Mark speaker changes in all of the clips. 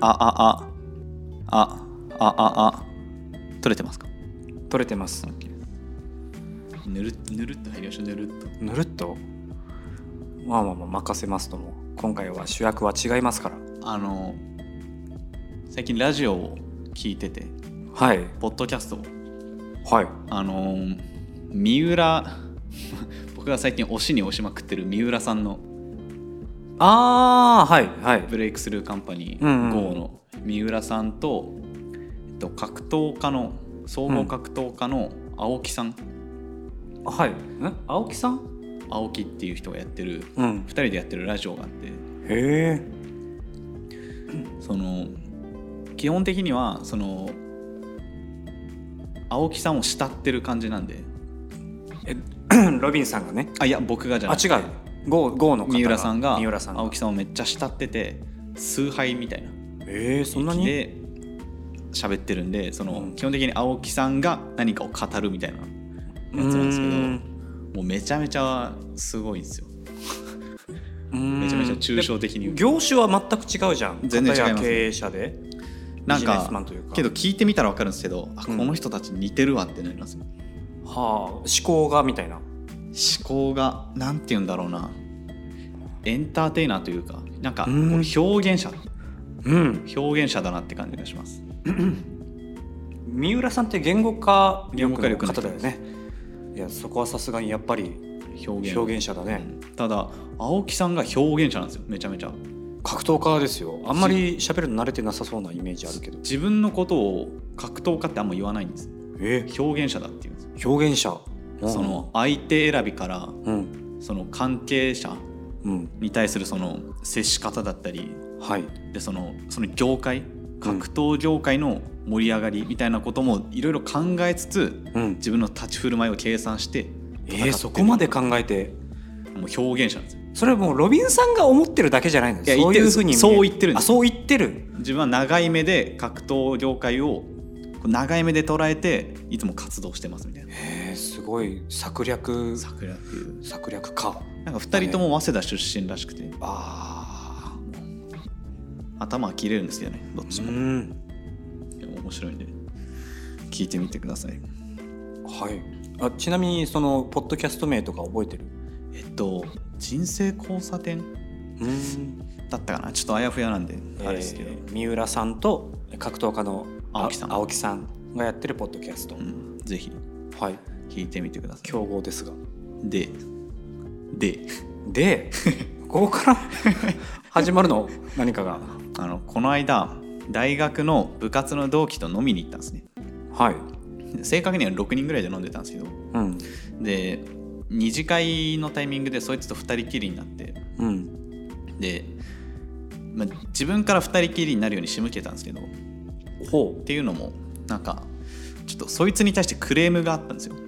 Speaker 1: あああああああ取れてますか
Speaker 2: 取れてます
Speaker 1: ぬるぬるっと入りましょうぬるっと
Speaker 2: ぬるっとまあまあまあ任せますとも今回は主役は違いますから
Speaker 1: あの最近ラジオを聞いてて
Speaker 2: はい
Speaker 1: ポッドキャストを
Speaker 2: はい
Speaker 1: あの三浦 僕が最近押しに押しまくってる三浦さんの
Speaker 2: ああはいはい
Speaker 1: ブレイクスルーカンパニ
Speaker 2: うんう
Speaker 1: ー
Speaker 2: ん
Speaker 1: GO の三浦さんと、えっと、格闘家の総合格闘家の青木さん、
Speaker 2: はいん青木さん
Speaker 1: 青木っていう人がやってる
Speaker 2: うん
Speaker 1: 2人でやってるラジオがあって
Speaker 2: へえ
Speaker 1: その基本的にはその青木さんを慕ってる感じなんで
Speaker 2: え ロビンさんがね
Speaker 1: あいや僕がじゃ
Speaker 2: あ
Speaker 1: なくて
Speaker 2: 違う GO, GO の方が
Speaker 1: 三浦さんが
Speaker 2: 三浦さんが
Speaker 1: 青木さんをめっちゃ慕ってて崇拝みたいな
Speaker 2: えー、そんなに
Speaker 1: で喋ってるんでその、
Speaker 2: うん
Speaker 1: 基本的に青木さんが何かを語るみたいなやつなんですけど
Speaker 2: うー
Speaker 1: もうめちゃめちゃすごいんですよ
Speaker 2: め
Speaker 1: めちゃめちゃ抽象的に
Speaker 2: 業種は全く違うじゃん
Speaker 1: 全然違います
Speaker 2: 片や経営者で
Speaker 1: なん
Speaker 2: ビジネスマ
Speaker 1: か
Speaker 2: ンというか
Speaker 1: けど聞いてみたら分かるんですけどあこ
Speaker 2: うん
Speaker 1: の人たち似てるわってなりますよ、
Speaker 2: はあ思考がみたいな
Speaker 1: 思考がなんて言うんだろうなエンターテイナーというかなんかこう
Speaker 2: うん
Speaker 1: 表現者
Speaker 2: うん
Speaker 1: 表現者だなって感じがします
Speaker 2: 三浦さんって言語化
Speaker 1: 言語化力
Speaker 2: の
Speaker 1: の人
Speaker 2: 方だよねいやそこはさすがにやっぱり
Speaker 1: 表現
Speaker 2: 表現者だね、
Speaker 1: うんただ青木さんが表現者なんですよめちゃめちゃ
Speaker 2: 格闘家ですよあんまり喋るの慣れてなさそうなイメージあるけど
Speaker 1: 自分のことを格闘家ってあんま言わないんです
Speaker 2: え
Speaker 1: 表現者だっていうんですよ
Speaker 2: 表現者うん
Speaker 1: その相手選びから
Speaker 2: うん
Speaker 1: その関係者
Speaker 2: うん
Speaker 1: に対するその接し方だったり
Speaker 2: はい
Speaker 1: でそのその業界格闘業界の盛り上がりみたいなこともいろいろ考えつつ
Speaker 2: うん
Speaker 1: 自分の立ち振る舞いを計算して戦
Speaker 2: え
Speaker 1: ってる
Speaker 2: ー、そこまで考えて
Speaker 1: もう表現者なんですよ
Speaker 2: それはもうロビンさんが思ってるだけじゃないの
Speaker 1: いや
Speaker 2: そういうふうに見え
Speaker 1: そう言ってるんで
Speaker 2: あ
Speaker 1: す
Speaker 2: そう言ってる
Speaker 1: 自分は長い目で格闘業界をこう長い目で捉えていつも活動してますみたいな
Speaker 2: えー、すごい策略
Speaker 1: 桜っていう
Speaker 2: 策略か
Speaker 1: なんか2人とも早稲田出身らしくて
Speaker 2: あ
Speaker 1: 頭は切れるんですよねどっち
Speaker 2: ー
Speaker 1: も
Speaker 2: うん
Speaker 1: でも面白いんで聞いてみてください
Speaker 2: はいあちなみにそのポッドキャスト名とか覚えてる
Speaker 1: えっと人生交差点
Speaker 2: うん
Speaker 1: だったかなちょっとあやふやなんであれですけど、
Speaker 2: えー三浦さんと格闘家のあ
Speaker 1: 青木さん
Speaker 2: 青木さんがやってるポッドキャスト、
Speaker 1: うん、ぜひ
Speaker 2: はい
Speaker 1: 聞いてみてください
Speaker 2: 競合ですが
Speaker 1: でで
Speaker 2: で ここから 始まるの何かが
Speaker 1: あのこの間大学の部活の同期と飲みに行ったんですね
Speaker 2: はい
Speaker 1: 正確には6人ぐらいで飲んでたんですけど
Speaker 2: うん
Speaker 1: で二次会のタイミングでそいつと2人きりになって
Speaker 2: うん
Speaker 1: で、まあ、自分から2人きりになるように仕向けたんですけどっ
Speaker 2: ほ
Speaker 1: ていうのもなんかちょっとそいつに対してクレームがあったんですよ
Speaker 2: う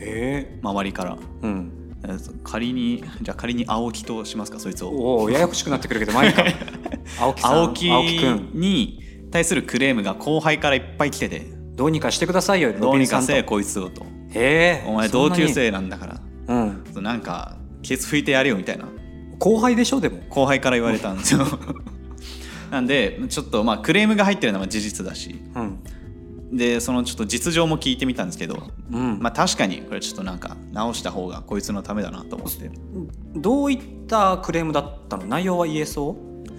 Speaker 2: へえ
Speaker 1: 周りから
Speaker 2: うん
Speaker 1: えー仮にじゃあ仮に青木としますかそいつを
Speaker 2: おおややこしくなってくるけどまあいいか 青木さん
Speaker 1: 青木
Speaker 2: くん
Speaker 1: に対するクレームが後輩からいっぱい来てて
Speaker 2: どうにかしてくださいよ
Speaker 1: どうにか
Speaker 2: ロビンさんと
Speaker 1: せえこいつをと
Speaker 2: へえ
Speaker 1: お前同級生なんだから
Speaker 2: そんなに
Speaker 1: そうなんかケツ拭いてやれよみたいな
Speaker 2: うん、後輩でしょでも
Speaker 1: 後輩から言われたんです よなんでちょっとまあクレームが入ってるのは事実だし
Speaker 2: うん、
Speaker 1: でそのちょっと実情も聞いてみたんですけど
Speaker 2: うん
Speaker 1: まあ確かにこれちょっとなんか直した方がこいつのためだなと思って
Speaker 2: どういったクレームだったの内容は言えそう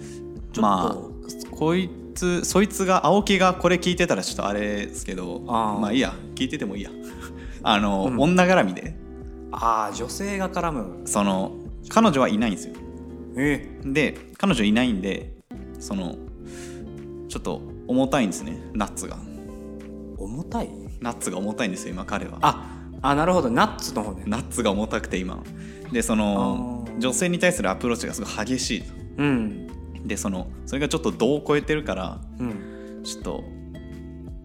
Speaker 2: ちょっと
Speaker 1: まあこいつそいつが青木がこれ聞いてたらちょっとあれですけど
Speaker 2: あー
Speaker 1: まあいいや聞いててもいい やあの、
Speaker 2: うん
Speaker 1: 女絡みで
Speaker 2: ああ女性が絡む
Speaker 1: その彼女はいないんですよ
Speaker 2: え
Speaker 1: で彼女いないんでそのちょっと重たいんですねナッツが
Speaker 2: 重たい
Speaker 1: ナッツが重たいんですよ今彼は
Speaker 2: ああなるほどナッツの方ね
Speaker 1: ナッツが重たくて今でその
Speaker 2: あー
Speaker 1: 女性に対するアプローチがすごい激しいと
Speaker 2: うん
Speaker 1: でそのそれがちょっと度を超えてるから
Speaker 2: うん
Speaker 1: ちょっと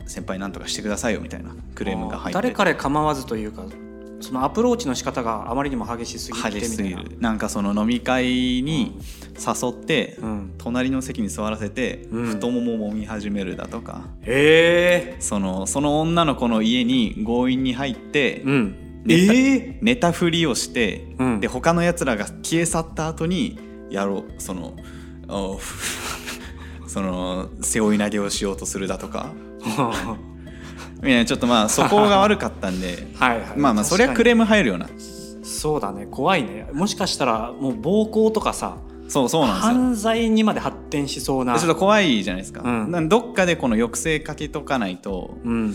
Speaker 1: 先輩なんとかしてくださいよみたいなクレームが入って
Speaker 2: 誰彼構わずというかそのアプローチの仕方があまりにも激しすぎてみたいな
Speaker 1: 激しすぎるなんかその飲み会に誘って、
Speaker 2: うん
Speaker 1: 隣の席に座らせて、
Speaker 2: うん
Speaker 1: 太もももみ始めるだとか
Speaker 2: へえ
Speaker 1: そのその女の子の家に強引に入って、
Speaker 2: うん
Speaker 1: ネタ
Speaker 2: ええ
Speaker 1: 寝たふりをして、
Speaker 2: うん
Speaker 1: で他のやつらが消え去った後にやろうそのおそ その背負い投げをしようとするだとかみたいなちょっとまあそこが悪かったん で
Speaker 2: はいはい
Speaker 1: まあまあそりゃク
Speaker 2: れ
Speaker 1: レーム入るよな
Speaker 2: そうだね怖いねもしかしたらもう暴行とかさ
Speaker 1: そうそうなんですよ
Speaker 2: 犯罪にまで発展しそうな
Speaker 1: ちょっと怖いじゃないですか,、
Speaker 2: うん
Speaker 1: なんどっかでこの抑制かけとかないと
Speaker 2: うん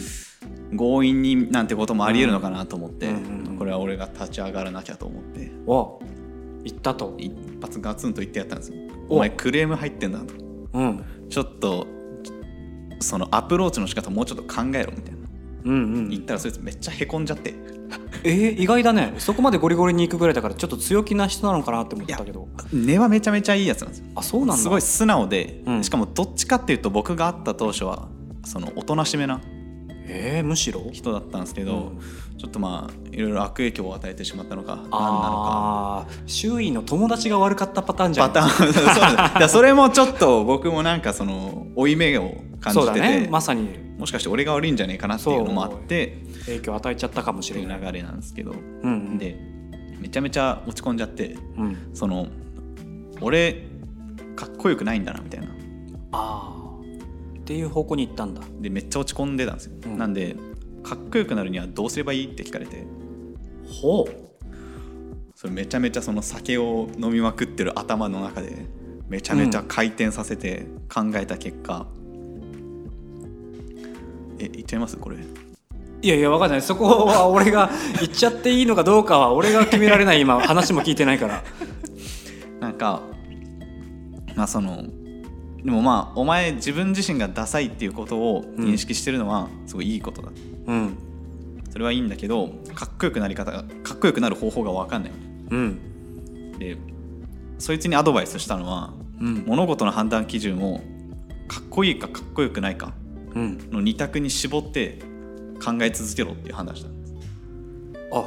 Speaker 1: 強引になんてこともありえるのかなと思って、
Speaker 2: うんうんうん
Speaker 1: これは俺が立ち上がらなきゃと思って
Speaker 2: お言ったと
Speaker 1: 一発ガツンと言ってやったんですよ「
Speaker 2: お
Speaker 1: お前クレーム入ってんだ」と
Speaker 2: うんうん
Speaker 1: 「ちょっとそのアプローチの仕方もうちょっと考えろ」みたいな
Speaker 2: うんう
Speaker 1: 言っ
Speaker 2: ん
Speaker 1: たらそいつめっちゃへこんじゃって
Speaker 2: えー、意外だねそこまでゴリゴリに行くぐらいだからちょっと強気な人なのかなって思ったけど
Speaker 1: 根はめちゃめちゃいいやつなんですよ
Speaker 2: あそうなんだ
Speaker 1: すごい素直で、
Speaker 2: うん
Speaker 1: しかもどっちかっていうと僕が会った当初はそのおとなしめな
Speaker 2: えー、むしろ
Speaker 1: 人だったんですけど、ちょっとまあいろいろ悪影響を与えてしまったのか何なのか
Speaker 2: ああー周囲の友達が悪かったパターンじ
Speaker 1: パ
Speaker 2: ゃん
Speaker 1: ターン そうですだからそれもちょっと僕もなんかその負い目を感じ
Speaker 2: そう
Speaker 1: て
Speaker 2: だ
Speaker 1: て、
Speaker 2: ねまさに
Speaker 1: もしかして俺が悪いんじゃねえかなっていうのもあって
Speaker 2: 影響与えちゃったかもし
Speaker 1: ってい
Speaker 2: れ
Speaker 1: う
Speaker 2: ない
Speaker 1: 流れなんですけど、
Speaker 2: うんうん
Speaker 1: でめちゃめちゃ落ち込んじゃって
Speaker 2: うん
Speaker 1: その俺かっこよくないんだなみたいな
Speaker 2: ああっていう方向に行ったんだ
Speaker 1: でめっちゃ落ち込んでたんですよ、
Speaker 2: うん
Speaker 1: なんでかっこよくなるにはどうすればいいって聞かれて
Speaker 2: ほう
Speaker 1: それめちゃめちゃその酒を飲みまくってる頭の中でめちゃめちゃ回転させて考えた結果、えいっちゃいますこれ
Speaker 2: いやいやわかんないそこは俺が行っちゃっていいのかどうかは俺が決められない今話も聞いてな いから
Speaker 1: なんかまあそのでもまあお前自分自身がダサいっていうことを認識してるのはすごいいいことだ、
Speaker 2: うん
Speaker 1: それはいいんだけどかっこよくなり方がかっこよくなる方法が分かんない
Speaker 2: うん
Speaker 1: でそいつにアドバイスしたのは
Speaker 2: うん
Speaker 1: 物事の判断基準をかっこいいかかっこよくないか
Speaker 2: うん
Speaker 1: の二択に絞って考え続けろっていう判断したんです
Speaker 2: あ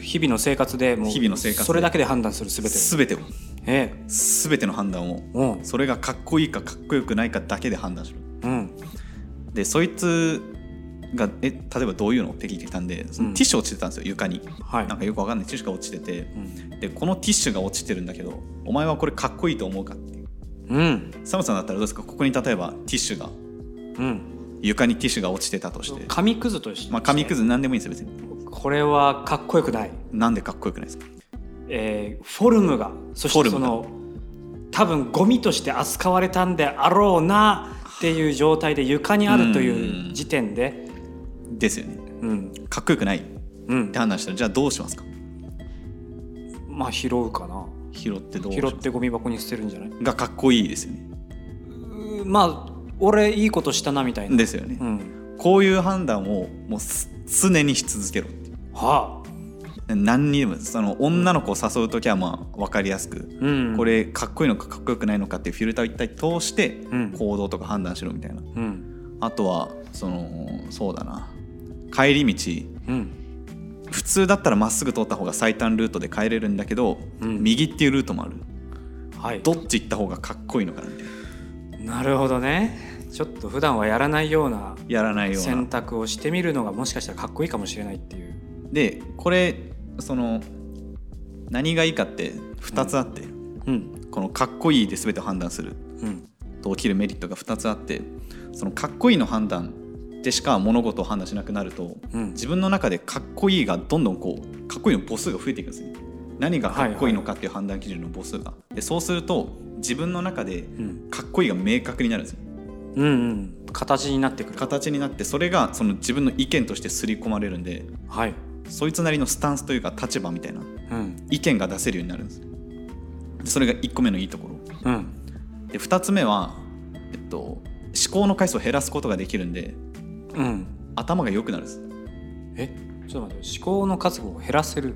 Speaker 2: 日々の生活でもう
Speaker 1: 日々の生活で
Speaker 2: それだけで判断する全て
Speaker 1: 全てを
Speaker 2: え
Speaker 1: 全ての判断を
Speaker 2: えうん
Speaker 1: それがかっこいいかかっこよくないかだけで判断しろ
Speaker 2: うん
Speaker 1: でそいつがえ例えばどういうのって聞いてきたんでその
Speaker 2: うん
Speaker 1: ティッシュ落ちてたんですよ床に、
Speaker 2: はい
Speaker 1: なんかよくわかんないティッシュが落ちてて
Speaker 2: うん
Speaker 1: でこのティッシュが落ちてるんだけどお前はこれかっこいいと思うかっていう
Speaker 2: うん
Speaker 1: サムさんだったらどうですかここに例えばティッシュが
Speaker 2: うん
Speaker 1: 床にティッシュが落ちてたとして
Speaker 2: 紙くずとして
Speaker 1: まあ紙くず何でもいいんですよ別に
Speaker 2: これはかっこよくない
Speaker 1: なんでかっこよくないですか
Speaker 2: えーフォルムがそし
Speaker 1: フォ
Speaker 2: て
Speaker 1: ル
Speaker 2: そ
Speaker 1: ムが
Speaker 2: の多分ゴミとして扱われたんであろうなっていう状態で床にあるといううん時点で
Speaker 1: ですよね
Speaker 2: うん、
Speaker 1: かっこよくないっ
Speaker 2: うん
Speaker 1: て、判断したらじゃあどうしますか
Speaker 2: まあ拾うかな
Speaker 1: 拾ってどうし
Speaker 2: 拾
Speaker 1: ます
Speaker 2: ってゴミ箱に捨てるんじゃないう
Speaker 1: がかっこいいですよね
Speaker 2: ーまあ俺いいことしたなみたいな、
Speaker 1: ですよね、
Speaker 2: うん、
Speaker 1: こういう判断をもうす常にし続けろって
Speaker 2: はあ、
Speaker 1: 何にでもその女の子を誘う時はまあ分かりやすく、
Speaker 2: うん、
Speaker 1: こ、れかっこいいのかかっこよくないのかっていうフィルターを一体通して
Speaker 2: うん
Speaker 1: 行動とか判断しろみたいな、
Speaker 2: うん
Speaker 1: あとはそのそうだな帰り道
Speaker 2: うん、
Speaker 1: 普通だったらまっすぐ通った方が最短ルートで帰れるんだけど、
Speaker 2: うん
Speaker 1: 右っていうルートもある
Speaker 2: はい
Speaker 1: どっち行った方がかっこいいのかなって
Speaker 2: なるほどねちょっと普段はやらないような
Speaker 1: やらないような
Speaker 2: 選択をしてみるのがもしかしたらかっこいいかもしれないっていう
Speaker 1: でこれその何がいいかって2つあって、
Speaker 2: うん
Speaker 1: このかっこいいで全てを判断する
Speaker 2: うん
Speaker 1: と起きるメリットが2つあってそのかっこいいの判断でしか物事を判断しなくなると
Speaker 2: うん
Speaker 1: 自分の中でかっこいいがどんどんこうかっこいいの母数が増えていくんですね何がかっこいいのかっていう判断基準の母数が、でそうすると自分の中で
Speaker 2: うん
Speaker 1: かっこいいが明確になるんですね
Speaker 2: うんうん形になってくる
Speaker 1: 形になってそれがその自分の意見として刷り込まれるんで
Speaker 2: はい、
Speaker 1: そいつなりのスタンスというか立場みたいな
Speaker 2: うん
Speaker 1: 意見が出せるようになるんですでそれが1個目のいいところ
Speaker 2: うん
Speaker 1: で2つ目は、えっと、思考の回数を減らすことができるんで
Speaker 2: うん、
Speaker 1: 頭が良くなるんです
Speaker 2: えちょっと待って思考の数を減らせる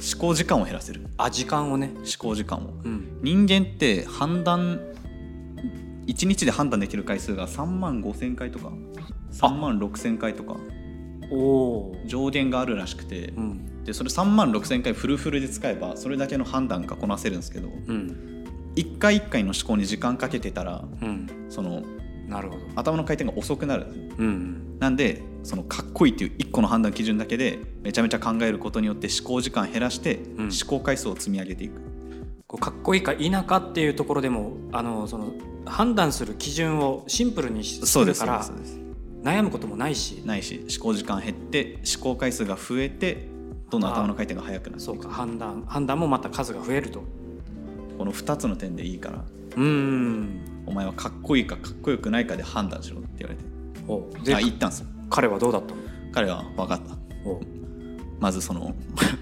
Speaker 1: 思考時間を減らせる
Speaker 2: あ時間をね、
Speaker 1: 思考時間を
Speaker 2: うん、
Speaker 1: 人間って判断1日で判断できる回数が3万5,000回とか3万6,000回とか
Speaker 2: おお、
Speaker 1: 上限があるらしくて
Speaker 2: うん
Speaker 1: でそれ3万6,000回フルフルで使えばそれだけの判断がこなせるんですけど
Speaker 2: うん
Speaker 1: 1回1回の思考に時間かけてたら
Speaker 2: うん、
Speaker 1: その
Speaker 2: なるほど、
Speaker 1: 頭の回転が遅くなるんですよ
Speaker 2: うん
Speaker 1: なんでそのかっこいいっていう1個の判断基準だけでめちゃめちゃ考えることによって思考時間減らして
Speaker 2: ん
Speaker 1: 思考回数を積み上げていく、
Speaker 2: こうかっこいいか否かっていうところでもあのその判断する基準をシンプルにし
Speaker 1: そ
Speaker 2: す
Speaker 1: うで
Speaker 2: る
Speaker 1: す
Speaker 2: か
Speaker 1: そうで
Speaker 2: ら
Speaker 1: すそうです
Speaker 2: 悩むこともないし
Speaker 1: ないし思考時間減って思考回数が増えてどんどん頭の回転が速くなる
Speaker 2: そうか判断判断もまた数が増えると
Speaker 1: この2つの点でいいから
Speaker 2: うーん
Speaker 1: お前はかっこいいかかっこよくないかで判断しろって言われて
Speaker 2: おで
Speaker 1: あ言ったんですよ
Speaker 2: 彼はどうだったの
Speaker 1: 彼は分かった
Speaker 2: お
Speaker 1: まずその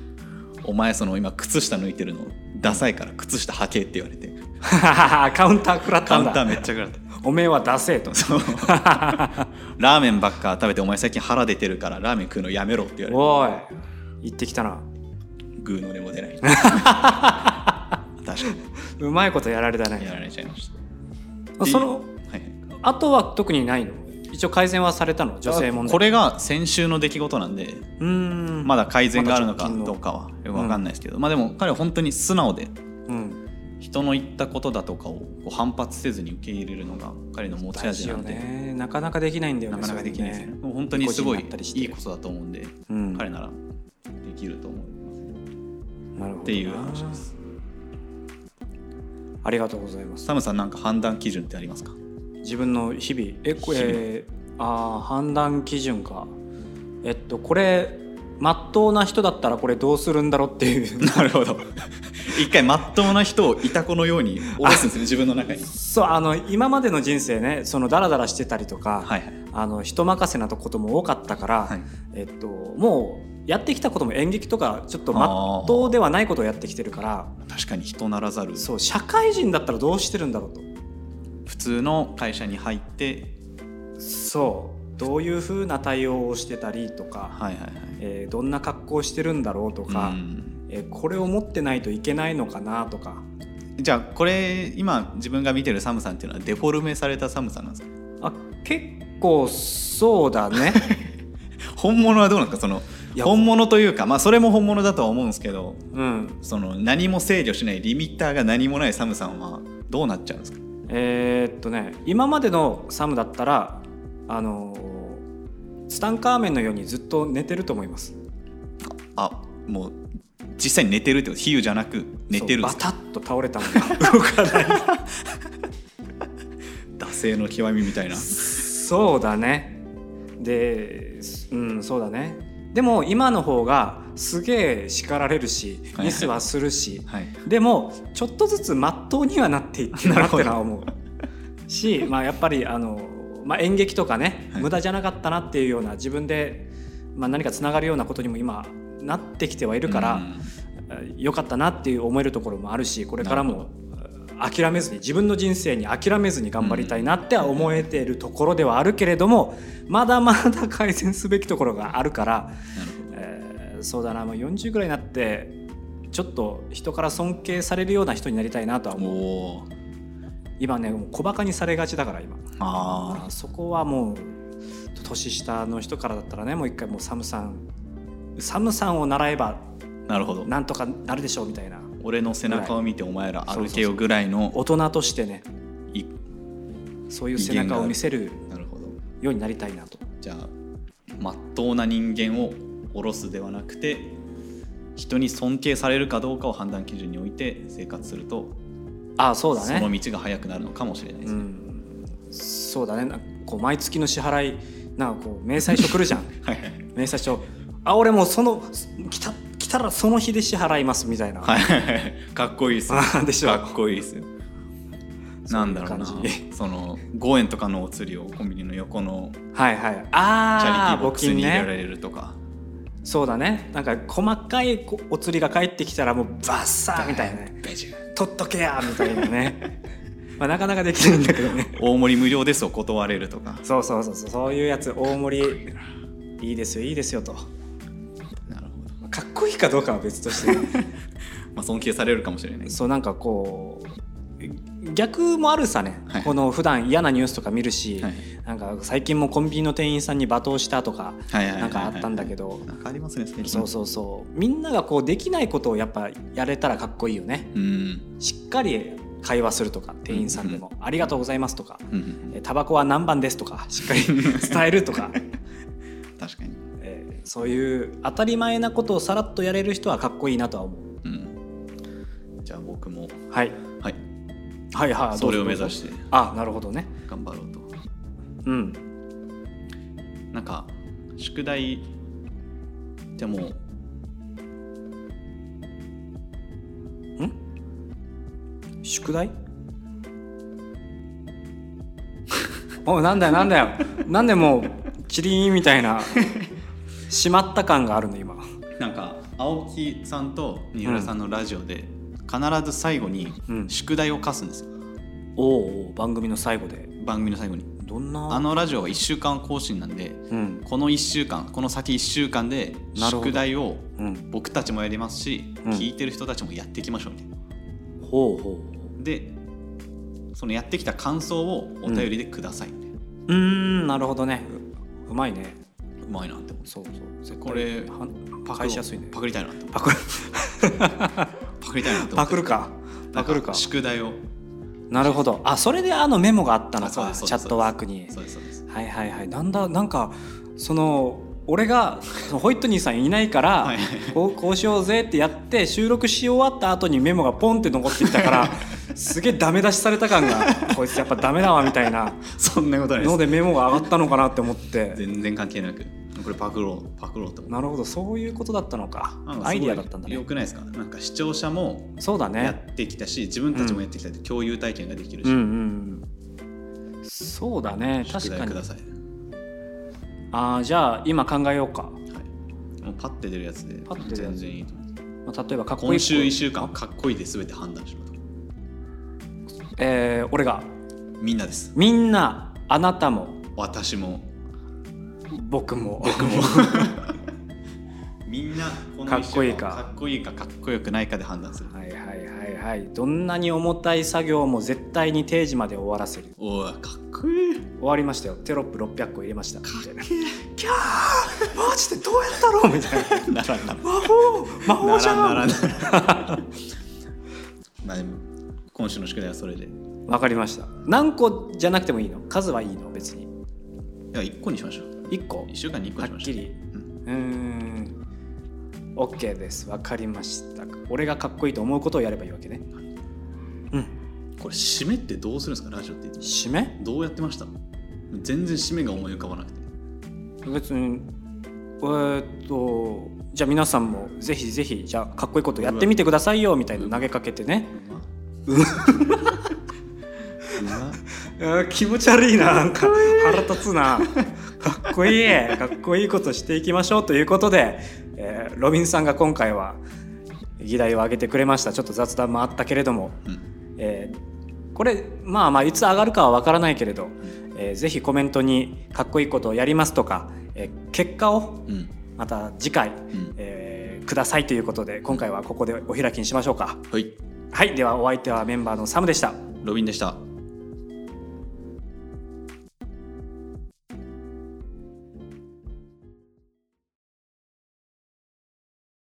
Speaker 1: お前その今靴下抜いてるのダサいから靴下履けって言われて
Speaker 2: カウンター食らっ
Speaker 1: カ
Speaker 2: た
Speaker 1: ウン
Speaker 2: ん
Speaker 1: ター
Speaker 2: だ
Speaker 1: めっちゃ食らって
Speaker 2: おめえはダ セえと
Speaker 1: そうラーメンばっか食べてお前最近腹出てるからラーメン食うのやめろって言われて
Speaker 2: おい行ってきたな
Speaker 1: グーの音も 出ない確か
Speaker 2: うまいことやられた
Speaker 1: にや
Speaker 2: ね
Speaker 1: られちゃいました
Speaker 2: その
Speaker 1: はいはい
Speaker 2: あとは特にないの一応改善はされたの女性問題
Speaker 1: これが先週の出来事なんで
Speaker 2: うーん
Speaker 1: まだ改善があるのか
Speaker 2: まだ直近の
Speaker 1: どうかはよく分かんないですけど、まあでも彼は本当に素直で
Speaker 2: うん
Speaker 1: 人の言ったことだとかをこう反発せずに受け入れるのが彼の持ち
Speaker 2: 大
Speaker 1: 味
Speaker 2: 事
Speaker 1: な
Speaker 2: よ
Speaker 1: んで、
Speaker 2: ねなかなかできないんだよ
Speaker 1: な
Speaker 2: ね
Speaker 1: かなかできないです
Speaker 2: そ
Speaker 1: ね
Speaker 2: れね
Speaker 1: もう本当にすごい
Speaker 2: 個人だったりして
Speaker 1: いいことだと思うんで、
Speaker 2: うん
Speaker 1: 彼ならできると思う
Speaker 2: なるほどな
Speaker 1: っていう話です
Speaker 2: ありがとうございます
Speaker 1: サムさんなんか判断基準ってありますか
Speaker 2: 自分の日々えこれ、
Speaker 1: 日々
Speaker 2: あー判断基準かえっとこれ真っ当な人だったらこれどうするんだろうっていう
Speaker 1: なるほど一回まっとうな人をいたこのように下ろすんですね自分の中に
Speaker 2: そうあの今までの人生ねそのダラダラしてたりとか、
Speaker 1: はいはい
Speaker 2: あの人任せなことも多かったから、
Speaker 1: はい
Speaker 2: えっと、もうやってきたことも演劇とかちょっと真っ当ではないことをやってきてるから
Speaker 1: 確かに人ならざる
Speaker 2: そう社会人だったらどうしてるんだろうと
Speaker 1: 普通の会社に入って
Speaker 2: そうどういうふうな対応をしてたりとか、
Speaker 1: はいはいはい
Speaker 2: えーどんな格好をしてるんだろうとか、
Speaker 1: うん
Speaker 2: えーこれを持ってないといけないのかなとか
Speaker 1: じゃあこれ今自分が見てるサムさんっていうのはデフォルメされたサムさんなんですか
Speaker 2: あ結構そう だね
Speaker 1: 本物はどうなんですかその
Speaker 2: いや
Speaker 1: 本物というかまあそれも本物だとは思うんですけど
Speaker 2: うん
Speaker 1: その何も制御しないリミッターが何もないサムさんはどうなっちゃうんですか
Speaker 2: えーっとね今までのサムだったらあのーツタンカーメンのようにずっと寝てると思います
Speaker 1: あもう実際に寝てるってこと比喩じゃなく寝てるんで
Speaker 2: そうバ
Speaker 1: すか
Speaker 2: タッと倒れたの が動かない
Speaker 1: 惰性の極みみたいな
Speaker 2: そうだねでうんそうだねでも今の方がすげえ叱られるし
Speaker 1: はい
Speaker 2: ミスはするし、
Speaker 1: はい
Speaker 2: でもちょっとずつ真っ当にはなっていってるなってのは思うし、 まあ、やっぱりあの、まあ、演劇とかね、
Speaker 1: はい
Speaker 2: 無駄じゃなかったなっていうような自分で、まあ、何かつながるようなことにも今なってきてはいるか
Speaker 1: う
Speaker 2: ら
Speaker 1: ん
Speaker 2: 良かったなっていう思えるところもあるしこれからも諦めずに自分の人生に諦めずに頑張りたいなっては思えているところではあるけれどもまだまだ改善すべきところがあるから。
Speaker 1: なるほど
Speaker 2: えーそうだなもう40ぐらいになってちょっと人から尊敬されるような人になりたいなとは思う
Speaker 1: おー
Speaker 2: 今ねもう小バカにされがちだから今
Speaker 1: あ
Speaker 2: あそこはもう年下の人からだったらねもう一回もうサムさんサムさんを習えば
Speaker 1: ーなるほど
Speaker 2: なんとかなるでしょうみたいな
Speaker 1: 俺の背中を見てお前ら歩けよぐらいの
Speaker 2: 大人としてね
Speaker 1: い
Speaker 2: そういう背中を見せる
Speaker 1: なるほど
Speaker 2: ようになりたいなと
Speaker 1: じゃあまっとうな人間を下ろすではなくて人に尊敬されるかどうかを判断基準に置いて生活すると
Speaker 2: ああそうだ
Speaker 1: そ
Speaker 2: ね
Speaker 1: の道が早くなるのかもしれないで
Speaker 2: う
Speaker 1: すね。
Speaker 2: んそうだねなんかこう毎月の支払いなんかこう明細書来るじゃん
Speaker 1: はいはい
Speaker 2: 明細書あ俺もうその来た来たらその日で支払いますみたいな、
Speaker 1: はいはいはいかっこいいっすね
Speaker 2: あでしょ
Speaker 1: かっこいいっすなんだろうな
Speaker 2: そういう感
Speaker 1: その5円とかのお釣りをコンビニの横の
Speaker 2: はいはい
Speaker 1: チャリテ
Speaker 2: あ
Speaker 1: ィー
Speaker 2: あ
Speaker 1: ボッ
Speaker 2: 募
Speaker 1: クス
Speaker 2: 金
Speaker 1: に入れら
Speaker 2: ね
Speaker 1: れるとか、
Speaker 2: そうだねなんか細かいこお釣りが返ってきたらもうバッサーみたいな ね
Speaker 1: ベジ
Speaker 2: 取っとけやみたいなねまあなかなかできないんだけどね
Speaker 1: 大盛り無料ですを断れるとか
Speaker 2: そうそうそうそうそういうやつ大盛りいいですよいいですよと
Speaker 1: なるほど、
Speaker 2: かっこいいかどうかは別として ね
Speaker 1: まあ、尊敬されるかもしれない
Speaker 2: そうなんかこう逆もあるさね、
Speaker 1: はい
Speaker 2: この普段嫌なニュースとか見るし、
Speaker 1: はい
Speaker 2: なんか最近もコンビニの店員さんに罵倒したとか
Speaker 1: はいはいはいはい
Speaker 2: なんかあったんだけど
Speaker 1: なんかありますね最近
Speaker 2: そうそうそうみんながこうできないことをやっぱやれたらかっこいいよね
Speaker 1: うん
Speaker 2: しっかり会話するとか店員さんでも「ありがとうございます」とか
Speaker 1: うんうん
Speaker 2: え「タバコは何番です」とかしっかり 伝えるとか、
Speaker 1: 確かに、
Speaker 2: えーそういう当たり前なことをさらっとやれる人はかっこいいなとは思
Speaker 1: う
Speaker 2: う
Speaker 1: ん、じゃあ僕も、
Speaker 2: はい
Speaker 1: はい、
Speaker 2: はいはい
Speaker 1: それを目指
Speaker 2: て
Speaker 1: して
Speaker 2: あなるほどね
Speaker 1: 頑張ろうと
Speaker 2: うん
Speaker 1: なんか宿題じゃあも
Speaker 2: 宿題 おいなんだよなんだよなんでもうチリーンみたいなしまった感があるの今
Speaker 1: うなんか青木さんと三浦さんのラジオで必ず最後に
Speaker 2: うん
Speaker 1: 宿題を課すんですよ、
Speaker 2: おうおう番組の最後で
Speaker 1: 番組の最後に
Speaker 2: どんな
Speaker 1: あのラジオは1週間更新なんで
Speaker 2: うん
Speaker 1: この1週間この先1週間で
Speaker 2: なるほど
Speaker 1: 宿題を
Speaker 2: うん
Speaker 1: 僕たちもやりますし、
Speaker 2: うん
Speaker 1: 聞いてる人たちもやっていきましょうみたいな
Speaker 2: ほうほう
Speaker 1: でそのやってきた感想をお便りでくださいみたいな、
Speaker 2: うーんなるほどねううまいね
Speaker 1: うまいなって思って
Speaker 2: そうそう絶対
Speaker 1: これ
Speaker 2: は
Speaker 1: パク
Speaker 2: 返しやすいね
Speaker 1: パクりたいなって思って
Speaker 2: パクる
Speaker 1: パクりたいなって思
Speaker 2: パ
Speaker 1: って
Speaker 2: クるかパクるか
Speaker 1: 宿題を
Speaker 2: なるほどあそれであのメモがあったの
Speaker 1: あそう
Speaker 2: か
Speaker 1: ですそう
Speaker 2: チ
Speaker 1: で
Speaker 2: ャ
Speaker 1: す
Speaker 2: ットワークに
Speaker 1: そうですそうです
Speaker 2: はいはいはいなんだなんかその俺がそのホイットニーさんいないか ら、
Speaker 1: はい
Speaker 2: こうこうしようぜってやって収録し終わった後にメモがポンって残ってきたから すげえダメ出しされた感がこいつやっぱダメだわみたいな
Speaker 1: そんなことないで
Speaker 2: の
Speaker 1: す
Speaker 2: でメモが上がったのかなって 思って
Speaker 1: 全然関係なくこれパクろうパクろうと思っ
Speaker 2: なるほどそういうことだったのか
Speaker 1: てなんか
Speaker 2: ア
Speaker 1: す
Speaker 2: イ
Speaker 1: ご
Speaker 2: デ
Speaker 1: い
Speaker 2: ィアだったんだね
Speaker 1: よくないですかなんか視聴者も
Speaker 2: そうだ
Speaker 1: や
Speaker 2: ね
Speaker 1: ってきたし自分たちもやってきたって共有体験ができる
Speaker 2: う
Speaker 1: し、
Speaker 2: んうんうんそうだね
Speaker 1: 宿
Speaker 2: 確か
Speaker 1: 題く
Speaker 2: に
Speaker 1: ださい、
Speaker 2: あーじゃあ今考えようか、
Speaker 1: はい、もうパッて出るやつで
Speaker 2: パッて出るや
Speaker 1: 全
Speaker 2: つ
Speaker 1: 然いいと思う
Speaker 2: まあ、例えばかっこいい
Speaker 1: 今週1週間かっこいいで全て判断しろと
Speaker 2: えー俺が
Speaker 1: みんなです
Speaker 2: みんなあなたも
Speaker 1: 私も
Speaker 2: 僕も
Speaker 1: 僕 もみんなこの
Speaker 2: かっこいいか
Speaker 1: 一週間かっこいいかかっこよくないかで判断する
Speaker 2: はいはいはいはいどんなに重たい作業も絶対に定時まで終わらせる
Speaker 1: おおかっこいい
Speaker 2: 終わりましたよテロップ600個入れましたみたいなキャーマジでどうやったろうみたい
Speaker 1: な
Speaker 2: な
Speaker 1: らんな
Speaker 2: 魔法魔法じゃん
Speaker 1: ならんな らんまあでも今週の宿題はそれでい
Speaker 2: わかりました何個じゃなくてもいいの数はいいの別に
Speaker 1: や1個にしましょう
Speaker 2: 1個
Speaker 1: 1週間に1個
Speaker 2: は
Speaker 1: にし
Speaker 2: っ
Speaker 1: ましょ
Speaker 2: き
Speaker 1: う
Speaker 2: り
Speaker 1: うん
Speaker 2: うーん OK ですわかりました俺がかっこいいと思うことをやればいいわけねうん
Speaker 1: これ締めってどうするんですかラジオって
Speaker 2: 締め
Speaker 1: どうやってました全然締めが思い浮かばなくて
Speaker 2: 別にえーっとじゃあ皆さんもぜひぜひじゃあかっこいいことやってみてくださいよみたいな投げかけてね
Speaker 1: う ま
Speaker 2: 気持ち悪いななんか腹立つなかっこいいかっこいいことしていきましょうということで、えーロビンさんが今回は議題を挙げてくれましたちょっと雑談もあったけれども
Speaker 1: うん
Speaker 2: えーこれまあまあいつ上がるかは分からないけれど、えーぜひコメントにかっこいいことをやりますとか、えー結果を
Speaker 1: うん
Speaker 2: また次回、
Speaker 1: うん
Speaker 2: えーくださいということで今回はここでお開きにしましょうか
Speaker 1: はい
Speaker 2: はいではお相手はメンバーのサムでした
Speaker 1: ロビンでした